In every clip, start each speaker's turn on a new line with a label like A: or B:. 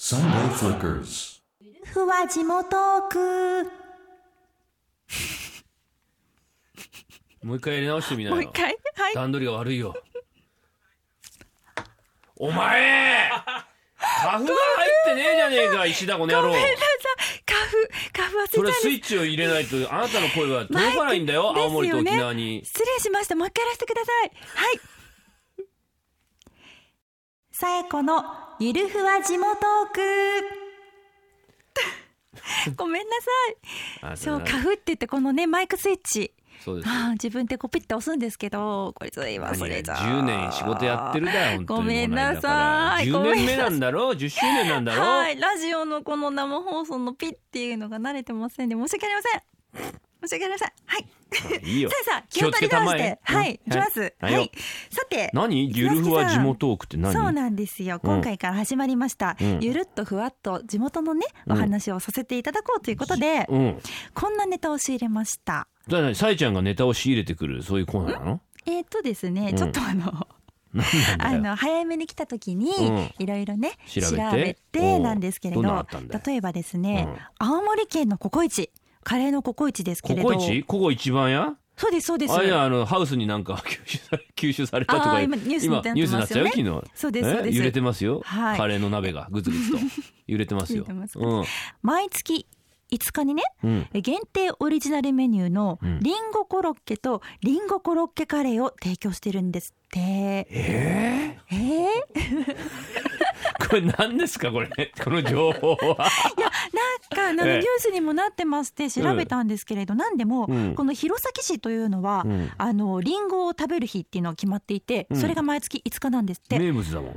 A: Sunday Flickers.
B: ふわ地元区。
C: もう一回やり直してみなよ
B: もう一回。はい。
C: 段取りが悪いよお前花粉が入ってねえじゃねえか石田この野郎
B: カフ、カフ
C: そ
B: 忘
C: れ
B: れ
C: は
B: たん
C: ス
B: で
C: イ
B: す。
C: ッチを入れないとあなたの声は届かないんだ
B: マ
C: よ
B: イク
C: 青森と
B: です
C: 沖
B: よね
C: 縄に
B: 失礼しました。もう一回やらせてください。はい。さえこのゆるふわ地元区。 ごめんなさ
C: あ
B: い。そう、
C: だか
B: カ
C: ら
B: フって言ってこのね、マイクスイッチ。
C: そうです
B: ああ、自分でこうピッて押すんですけど、これずい忘れた。
C: 10年仕事やってるだよ本当に
B: ごめんなさい
C: もう
B: ご
C: だから
B: め
C: 10
B: ん
C: 年
B: なさい
C: 目なんだろう10周年なんだろう、
B: はい、ラジオのこの生放送のピッっていうのが慣れてませんで、申し訳ありません。申し訳ありません。はい。
C: いいよ
B: さあさあ、気を取り直して、
C: 気をつけたま
B: は
C: え
B: い、いきます。
C: は
B: はいい。
C: はい
B: さて、
C: 何ゆるふわ地元奥って何
B: そうなんですよ。
C: うん
B: 今回から始まりました。
C: うん
B: ゆるっとふわっと地元のね、
C: うん
B: お話をさせていただこうということで、
C: うん
B: こんなネタを仕入れました。
C: だからさえちゃんがネタを仕入れてくるそういうコーナーなの
B: えっ、とですね、
C: うん
B: ちょっ とあの、
C: 何な
B: あ
C: んだよ
B: の早めに来た時に
C: う
B: いろいろね
C: 調
B: 調
C: べ
B: べ
C: て
B: て
C: うん
B: なんですけれど
C: どんなのあったんだよ
B: 例えばですね、青森県のココイチカレーのココイチですけ
C: こ
B: れど
C: こ一ここ一番や
B: そうですそうです
C: あれあのハウスになんか 吸収され吸収されたと
B: あ
C: か
B: ー今ニュースになって
C: 今ニュースになっ
B: ま
C: ち
B: す
C: ゃう
B: よね
C: よ昨日
B: そうですそう
C: え
B: です
C: 揺れてますよ、
B: はい
C: カレーの鍋がぐつぐ つと揺れてますよ
B: 揺れてます
C: うん
B: 毎月5日にね
C: うん
B: 限定オリジナルメニューの
C: うん
B: リンゴコロッケとリンゴコロッケカレーを提供してるんですってえー、え
C: これ何ですかこれ この情報は
B: ーなんかあのニ
C: ええ
B: ュースにもなってまして調べたんですけれど、なんでも、
C: うん
B: この弘前市と いうのは、
C: うん
B: あのリンゴを食べる日っていうのは決まっていて、
C: うん
B: それが毎月5日なんですって、
C: 名物だもん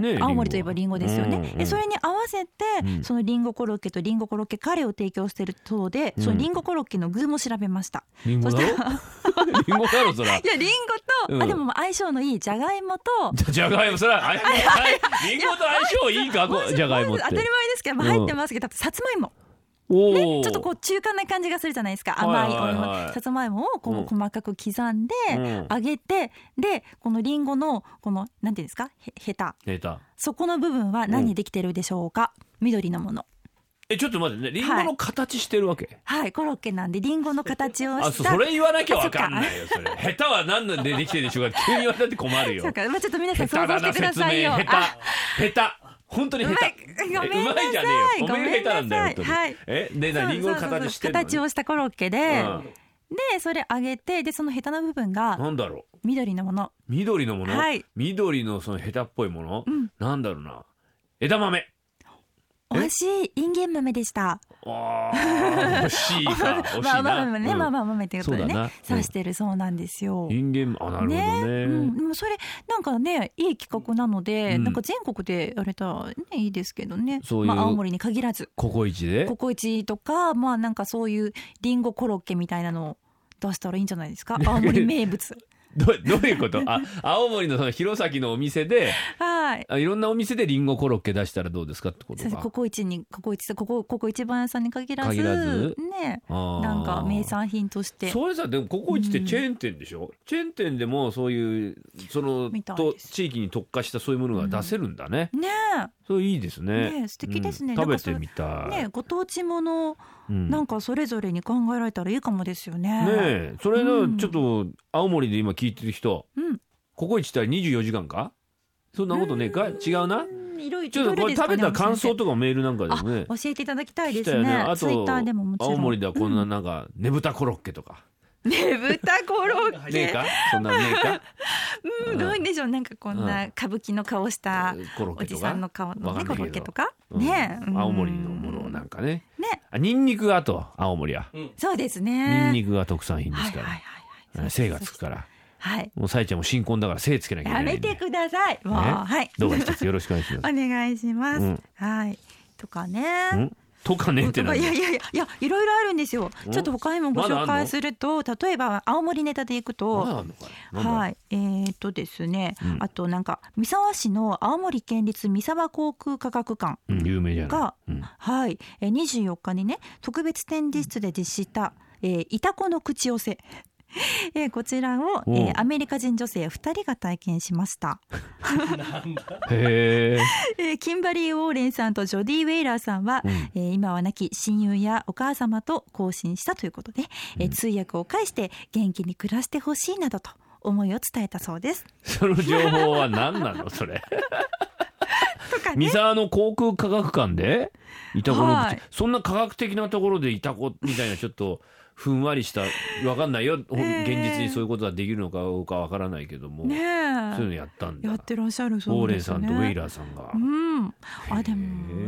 B: ね
C: ねえ
B: 青森といえばリンゴですよね、
C: リンゴうんうん
B: えそれに合わせて、
C: うん
B: そのリンゴコロッケとリンゴコロッケカレーを提供してるそうで、
C: うん
B: そのリンゴコロッケの具も調べました
C: リンゴだろリンゴだろそ ら
B: いやリンゴと、
C: うん
B: あでも相性のいいじゃがいもと
C: じゃがいもそらあれリンゴと相性いいかこ
B: まず
C: じゃがいもっ
B: まず当たり
C: て
B: 前ですけど、まあ、
C: うん
B: 入ってますけど、さつまいも、
C: お
B: ね、
C: ー
B: ちょっとこう中間な感じがするじゃないですか
C: は
B: 甘
C: い
B: い
C: はい
B: お
C: はい
B: 芋、さつまいもを
C: うん
B: こう細かく刻んで
C: うん
B: 揚げて、でこのりんごのこのなんていうんですかへヘタ
C: 出た
B: そこの部分は何でできてるでしょうか、緑のもの
C: えちょっと待ってねリンゴの形してるわけ、
B: はいコロッケなんでりんごの形をした
C: あそそれ言わなきゃわかんないよそれ下手は何なんでできてるでしょうか急に言われたって困るよ
B: そうか、まあ、ちょっと皆さ
C: 下
B: ん
C: 手
B: 想像
C: だ
B: して
C: な
B: くだ
C: 説明
B: さいよ
C: 下
B: あ
C: 手下手本当に下手
B: うまいごめんなさいう
C: まいじゃねえよお
B: ごめんなさ
C: め
B: い
C: えが下手なんだよ本当に、
B: はい
C: えで
B: そう
C: なリンゴの
B: そうそうそう
C: 形してるの、ね、
B: 形をしたコロッケで、でそれ揚げてでそのヘタの部分
C: うん、
B: が
C: なんだろう
B: 緑のもの
C: 緑のもの、
B: はい
C: 緑のその下手っぽいもの、
B: うん
C: なんだろうな枝豆え
B: 惜しいインゲン豆でした。
C: あー惜しいか惜しい
B: まあ
C: な、
B: まあまあね、
C: うん
B: まあまあ豆ってことで
C: そうだな
B: ね、刺してるそうなんですよ。
C: インゲンあなるほどね
B: うん、でもそれなんかねいい企画なので、
C: うん
B: なんか全国でやれたらねいいですけどね
C: そういう
B: まあ、青森に限らず
C: ココイチで
B: ココイチとかまあなんかそういうリンゴコロッケみたいなのを出したらいいんじゃない ですか青森名物
C: どどういうことあ青森のその弘前のお店で
B: はい
C: あいろんなお店でリンゴコロッケ出したらどうですかってこと
B: そうですコ
C: か
B: コイチにココイチさここここ一番屋さんに限らず
C: 限らず
B: ね
C: あー
B: なんか名産品として
C: それさでもココイチってチェーン店でしょ、チェーン店でもそういうその
B: みたい
C: と
B: です
C: 地域に特化したそういうものが出せるんだね、
B: ね
C: それいいですね
B: ねえ素敵ですね
C: うん
B: なん
C: 食べ
B: かそ
C: て
B: れ
C: みたい
B: ねご当地もの
C: うん
B: なんかそれぞれに考えられたらいいかもですよね。
C: ねえそれ
B: う
C: の
B: ん
C: ちょっと青森で今聞いてる人、
B: うん
C: ココイチって24時間かそんなことねえか違うな
B: うんいろいろ
C: ちょっとこれ食べた感想とかメールなんかでもね
B: 教えていただきたい
C: 聞
B: で
C: きた
B: す
C: いよ
B: ね。
C: ねあ
B: ツイッ
C: と
B: ターでももちろん。
C: 青森ではこんななんかねぶたコロッケとか
B: ねぶたコロッ
C: ねえ
B: ケ。
C: かそんなねえか
B: うんどうでしょうなんかこんな歌舞伎の顔した
C: コロッ
B: お
C: ケ
B: じ
C: と
B: さんの
C: か
B: 顔の
C: わか
B: ね
C: ん
B: コ
C: ないけ
B: ロ
C: ど
B: ッケとか
C: うん
B: ね。うん
C: 青森のものをなんかね
B: ね
C: あニンニクがあと青森は
B: そうです
C: ニン
B: ね。
C: ニクが特産品で
B: はい
C: す
B: は
C: か
B: いはい
C: ら
B: は
C: え
B: い。
C: 精がつくから
B: はい。
C: もうさえちゃんも新婚だから精つけなきゃい
B: や
C: けない
B: め
C: んで
B: てください。もう
C: ね
B: はい。
C: どうか一つよろしくお願いし
B: お
C: ます
B: 願いしま
C: う
B: す
C: ん。
B: はい。とかね。
C: んとかねってなん
B: い
C: だ
B: やいやいやいやいろいろあるんですよ
C: うん
B: ちょっと他にもご
C: ま
B: 紹
C: だあんの
B: 介すると、例えば青森ネタでいく
C: ま
B: と
C: だあんのかななんだ
B: はいえー、とですね、
C: うん
B: あとなんか三沢市の青森県立三沢航空科学館
C: うん有名じゃない
B: が
C: うん
B: はい、えー、24日にね特別展示室で実施した、えー、イタコの口寄せ えーこちらを、
C: おう
B: えーアメリカ人女性2人が体験しました、
C: へえ。
B: えーキンバリー・ウォーレンさんとジョディ・ウェイラーさんは、
C: うん
B: えー今は亡き親友やお母様と交信したということで、えー通訳を介して元気に暮らしてほしいなどと思いを伝えたそう です。
C: その情報は何なのそれ。
B: とかね
C: 三沢の航空科学館でいたこの、
B: はい
C: そんな科学的なところでいたこみたいなちょっとふんわりしたわかんないよ、ほん
B: ええ
C: 現実にそういうことができるのかどうかわからないけども、
B: ねえ
C: そういうのやったんだ。
B: やってらっしゃる
C: ウォ
B: そ
C: ー
B: う
C: レン
B: です
C: さ
B: ね。
C: んとウェイラーさんが
B: う。ん、あでも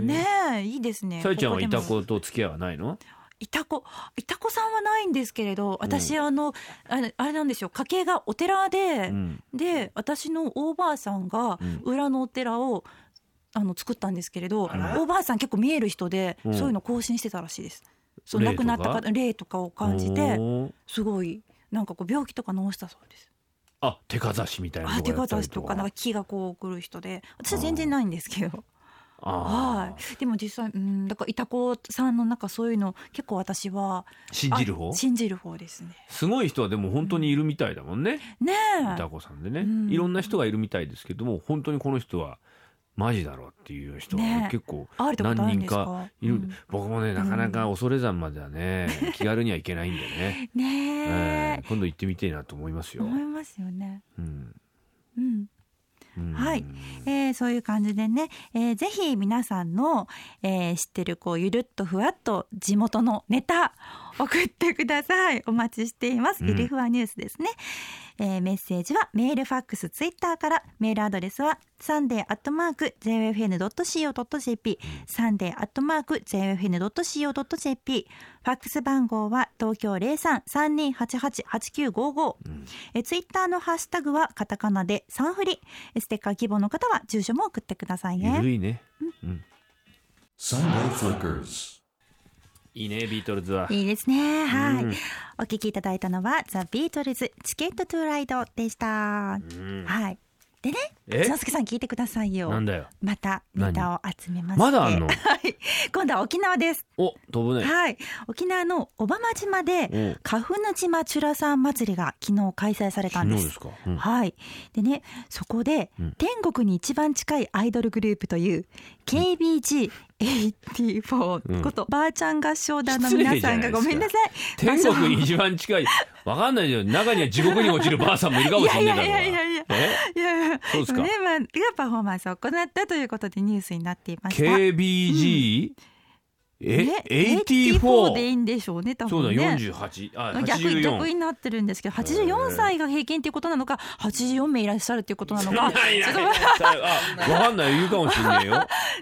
B: ねえいいですね。
C: さゆちゃんは
B: ここで
C: い
B: も
C: たこと付き合いはないの
B: いたこ、いたこさんはないんですけれど、私、あの、あれ、あれなんですよ、家系がお寺で、
C: うん。
B: で、私のおばあさんが
C: うん、
B: 裏のお寺を、あの、作ったんですけれど、
A: あら
B: おばあさん結構見える人で、
C: うん
B: そういうの更新してたらしいです。そう、
C: 霊
B: 亡
C: と
B: く
C: か
B: なった方、霊とかを感じて、
C: おー
B: すごい、なんかこう、病気とか治したそうです。
C: あ、手かざしみたいなの
B: あ、手
C: やったり
B: 形とか、なんか木がこう来る人で、私は全
C: あ
B: 然
C: ー
B: ないんですけど。
C: あ
B: は
C: あ、
B: い、でも実際、うん、だからいたこさんの中そういうの結構私は
C: 信じる方
B: あ信じる方ですね。
C: すごい人はでも本当にいるみたいだもんね、
B: ね
C: い
B: え
C: たこさんでね、
B: うん
C: いろんな人がいるみたいですけども本当にこの人はマジだろうっていう人は
B: ね
C: 結構
B: あるってことあるんですか
C: 何いる、
B: うん
C: 僕もねなかなか恐れ山まではね、 気軽には行けないんでね、え
B: ねえ
C: ー、今度行ってみてえなと思いますよ。
B: 思いますよね。
C: うん
B: うん
C: うん
B: はいえーそういう感じでね、えーぜひ皆さんの、えー知ってるこうゆるっとふわっと地元のネタ送ってくださいお待ちしています、
C: うん
B: ゆるふわニュースですね、えーメッセージはメールファックスツイッターからメールアドレスはサンデーアットマーク JFN.CO.JP サンデーアットマーク JFN.CO.JP ファックス番号は東京0332888955、
C: ん
B: えツイッターのハッシュタグはカタカナでサンフリえステッカー希望の方は住所も送ってください
C: ゆ
B: ね
C: るいね、うん、
A: Sunday Flickers.
C: いいねビートルズはい
B: いですねはい、
C: うん
B: お聞きいただいたのはザ・ビートルズチケットトゥーライドでした、
C: うん
B: はいでね
C: え
B: 一之輔さん聞いてくださいよ
C: なんだよ
B: またネタを集めまして
C: まだあんの
B: はい今度は沖縄です
C: お飛ぶね、
B: はい、沖縄の小浜島
C: う
B: で
C: ん
B: カフヌ島チュラさん祭りが昨日開催されたんで
C: 昨日
B: す。
C: ですか、うん
B: はい、でねそこで、
C: うん
B: 天国に一番近いアイドルグループという KBG84 こと、ばあちゃん合唱団の皆さんが
C: 失礼じゃないですか
B: ごめんなさい
C: 天国に一番近いわかんないよ中には地獄に落ちるばあさんもいるかもしれないだろ
B: い
C: うが
B: やいやいやいや
C: え
B: いやいや
C: そうですか
B: ねまあ、がパフォーマンスを行ったということでニュースになっていました。
C: KBG、え
B: ねでい
C: 84?
B: いんでしょうね多
C: そう
B: 分
C: だ
B: ね。
C: 48あ
B: 逆に逆
C: 84
B: になってるんですけど84歳が平均っていうことなのか84名いらっしゃるっていうことなのか
C: いやいや
B: ちょっ
C: いやあわかんない言うかもしれないよ
B: と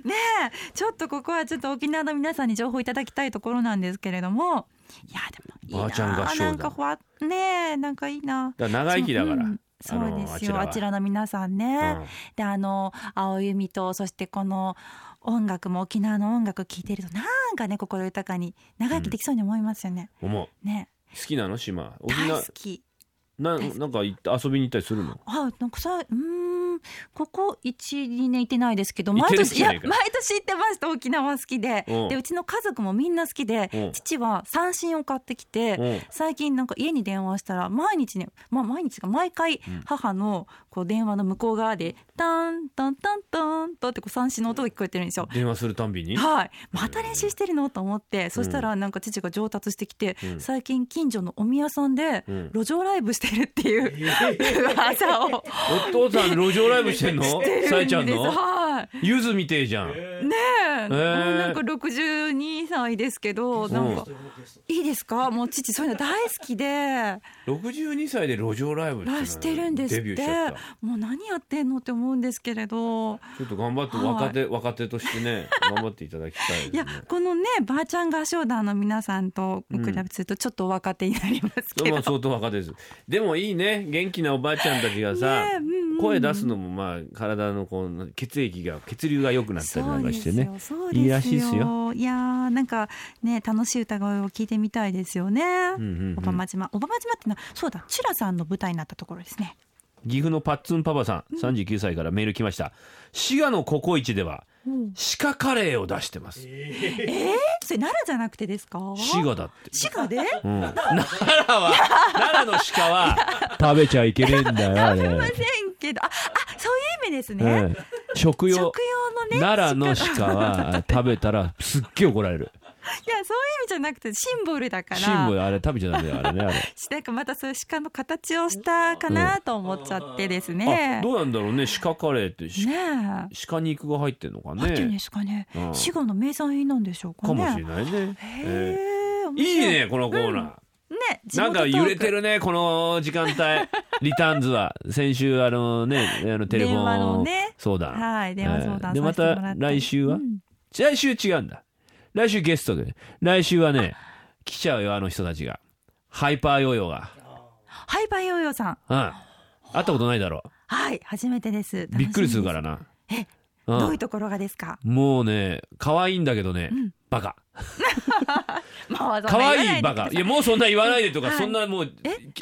B: ねえちょっとここはちょっと沖縄の皆さんに情報いただきたいところなんですけれどもいやでもいいな
C: ばあちゃん合唱だ
B: なんかふわねえなんかいいな
C: だから長生きだから、
B: うんそうですよ
C: あの
B: あ
C: あちらは
B: ちらの皆さんね、
C: うん
B: であの青由美とそしてこの音楽も沖縄の音楽聴いてるとなんかね心豊かに長生きできそうに思いますよね、
C: 思う
B: ね
C: 好きなの島沖
B: 大
C: 縄
B: 好き
C: な
B: 大好き
C: なんか行った遊びに行ったりするの
B: あ、なんかさ、うーん、ここ一二年行ってないですけど、
C: 行っ
B: 毎
C: てる
B: 年い
C: じゃ
B: や
C: ない
B: 毎
C: か
B: 年行ってました。沖縄好きで、
C: うん
B: でうちの家族もみんな好きで
C: うん、
B: 父は三振を買ってきて。
C: うん
B: 最近なんか家に電話したら毎日ね、まあ毎日が毎回
C: ん
B: 母のこう電話の向こう側でタンタンタンタンとってこう三振の音が聞こえてるんですよ。
C: 電話するたんびに
B: はい、また練習してるのと思って、そしたらなんか父が上達してきて、
C: うん
B: 最近近所のお宮さんで
C: うん
B: 路上ライブしてるっていう、 噂を
C: お父さん路上ライブしてんの
B: して
C: さ
B: る
C: え
B: ん
C: ちゃん
B: です。
C: の
B: はい。
C: ゆずみてえじゃん、
B: ねえ、もう
C: ー
B: なんか六十二歳ですけど、なんかいいですか？もう父そういうの大好きで、
C: 62歳で路上ライブっていうの
B: ラ
C: は
B: してるんですっ
C: デビュー
B: て
C: しちゃった。
B: もう何やってんのって思うんですけれど、
C: ちょっと頑張って
B: はい
C: 若手、若手として ね頑張っていただきたい
B: い
C: で
B: や
C: すね。
B: このねばあちゃん合唱団の皆さんと比べするとちょっとお若手になりますけ
C: それ
B: ど、
C: も相当若手です。でもいいね元気なおばあちゃんたちがさ
B: ねえ、うんうん
C: 声出すのもまあ体のこう血液が血流が良くなったりなんかしてね。
B: そうですよ。そう
C: いいらしいです
B: よ。いやーなんかね楽しい歌声を聞いてみたいですよね。
C: うんうんうん
B: 小浜島小浜島ってのはそうだチュラさんの舞台になったところですね。
C: 岐阜のパッツンパパさん39歳からメール来ました滋賀のココイチでは鹿カレーを出してます
B: それ奈良じゃなくてですか
C: 滋賀だって、
B: 滋賀で
C: うん、奈良は奈良の鹿は 食べちゃいけねえんだよあ
B: 食べませ
C: れ
B: んけどああそういう意味ですね、
C: うん
B: 食
C: 食
B: 用
C: 用
B: のね
C: 奈良 の
B: いや
C: 鹿は食べたらすっげえ怒られる
B: そういう意味じゃなくてシンボルだから
C: シンボルあれ食べちゃダメだよあれねあ れ
B: なんかまたそういう鹿の形をしたかなと思っちゃってです
C: あ
B: ね、
C: どうなんだろうね鹿カレーってし
B: ねえ
C: 鹿肉が入ってんのか
B: 入ってるん
C: ね
B: ですかね、
C: うん
B: 滋賀の名産品なんでしょうか
C: か
B: ね
C: もしれないね、
B: へ
C: ええ
B: え面
C: いい
B: 白
C: ねこのコーナー、
B: ね地
C: なん
B: 元ト
C: か
B: ーク
C: 揺れてるねこの時間帯 リターンズは先週あのねあのテレフ
B: 電話
C: ォ
B: の
C: ン
B: ね
C: 相談、
B: はい電話相談
C: で
B: さ
C: ま
B: せてもらって
C: た来週は、
B: うん
C: 来週違うんだ来週ゲストで来週はね来ちゃうよあの人たちがハイパーヨーヨーが、
B: ハイパーヨーヨーさん
C: うん、会ったことないだろ
B: はい初めてです、
C: うびっくりするかららな
B: え
C: うん
B: どういうところがですか
C: もうね可愛いんだけどね、バカ
B: もうそんな
C: 可
B: 言わな
C: 愛い
B: で
C: バカいやもうそんな言わないでとか、
B: はい
C: そんなもう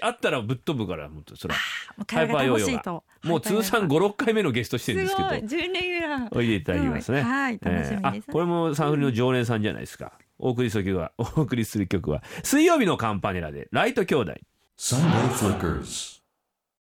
C: あったらぶっ飛ぶからもうそれ
B: もう
C: ハ
B: 体
C: イパ
B: が
C: ーヨ
B: 楽
C: ー
B: しい
C: ヨーが
B: と
C: もう通算56回目のゲストして
B: す
C: る
B: ご
C: ん
B: い
C: ですけど
B: 10年ぐらい
C: おいでいただきますね、
B: うんはい楽しみです
C: えーあこれもサンフリの常連さんじゃないですか、お送りする曲はお送りする曲は水曜日のカンパネラでライト兄弟
D: Sunday Flickers.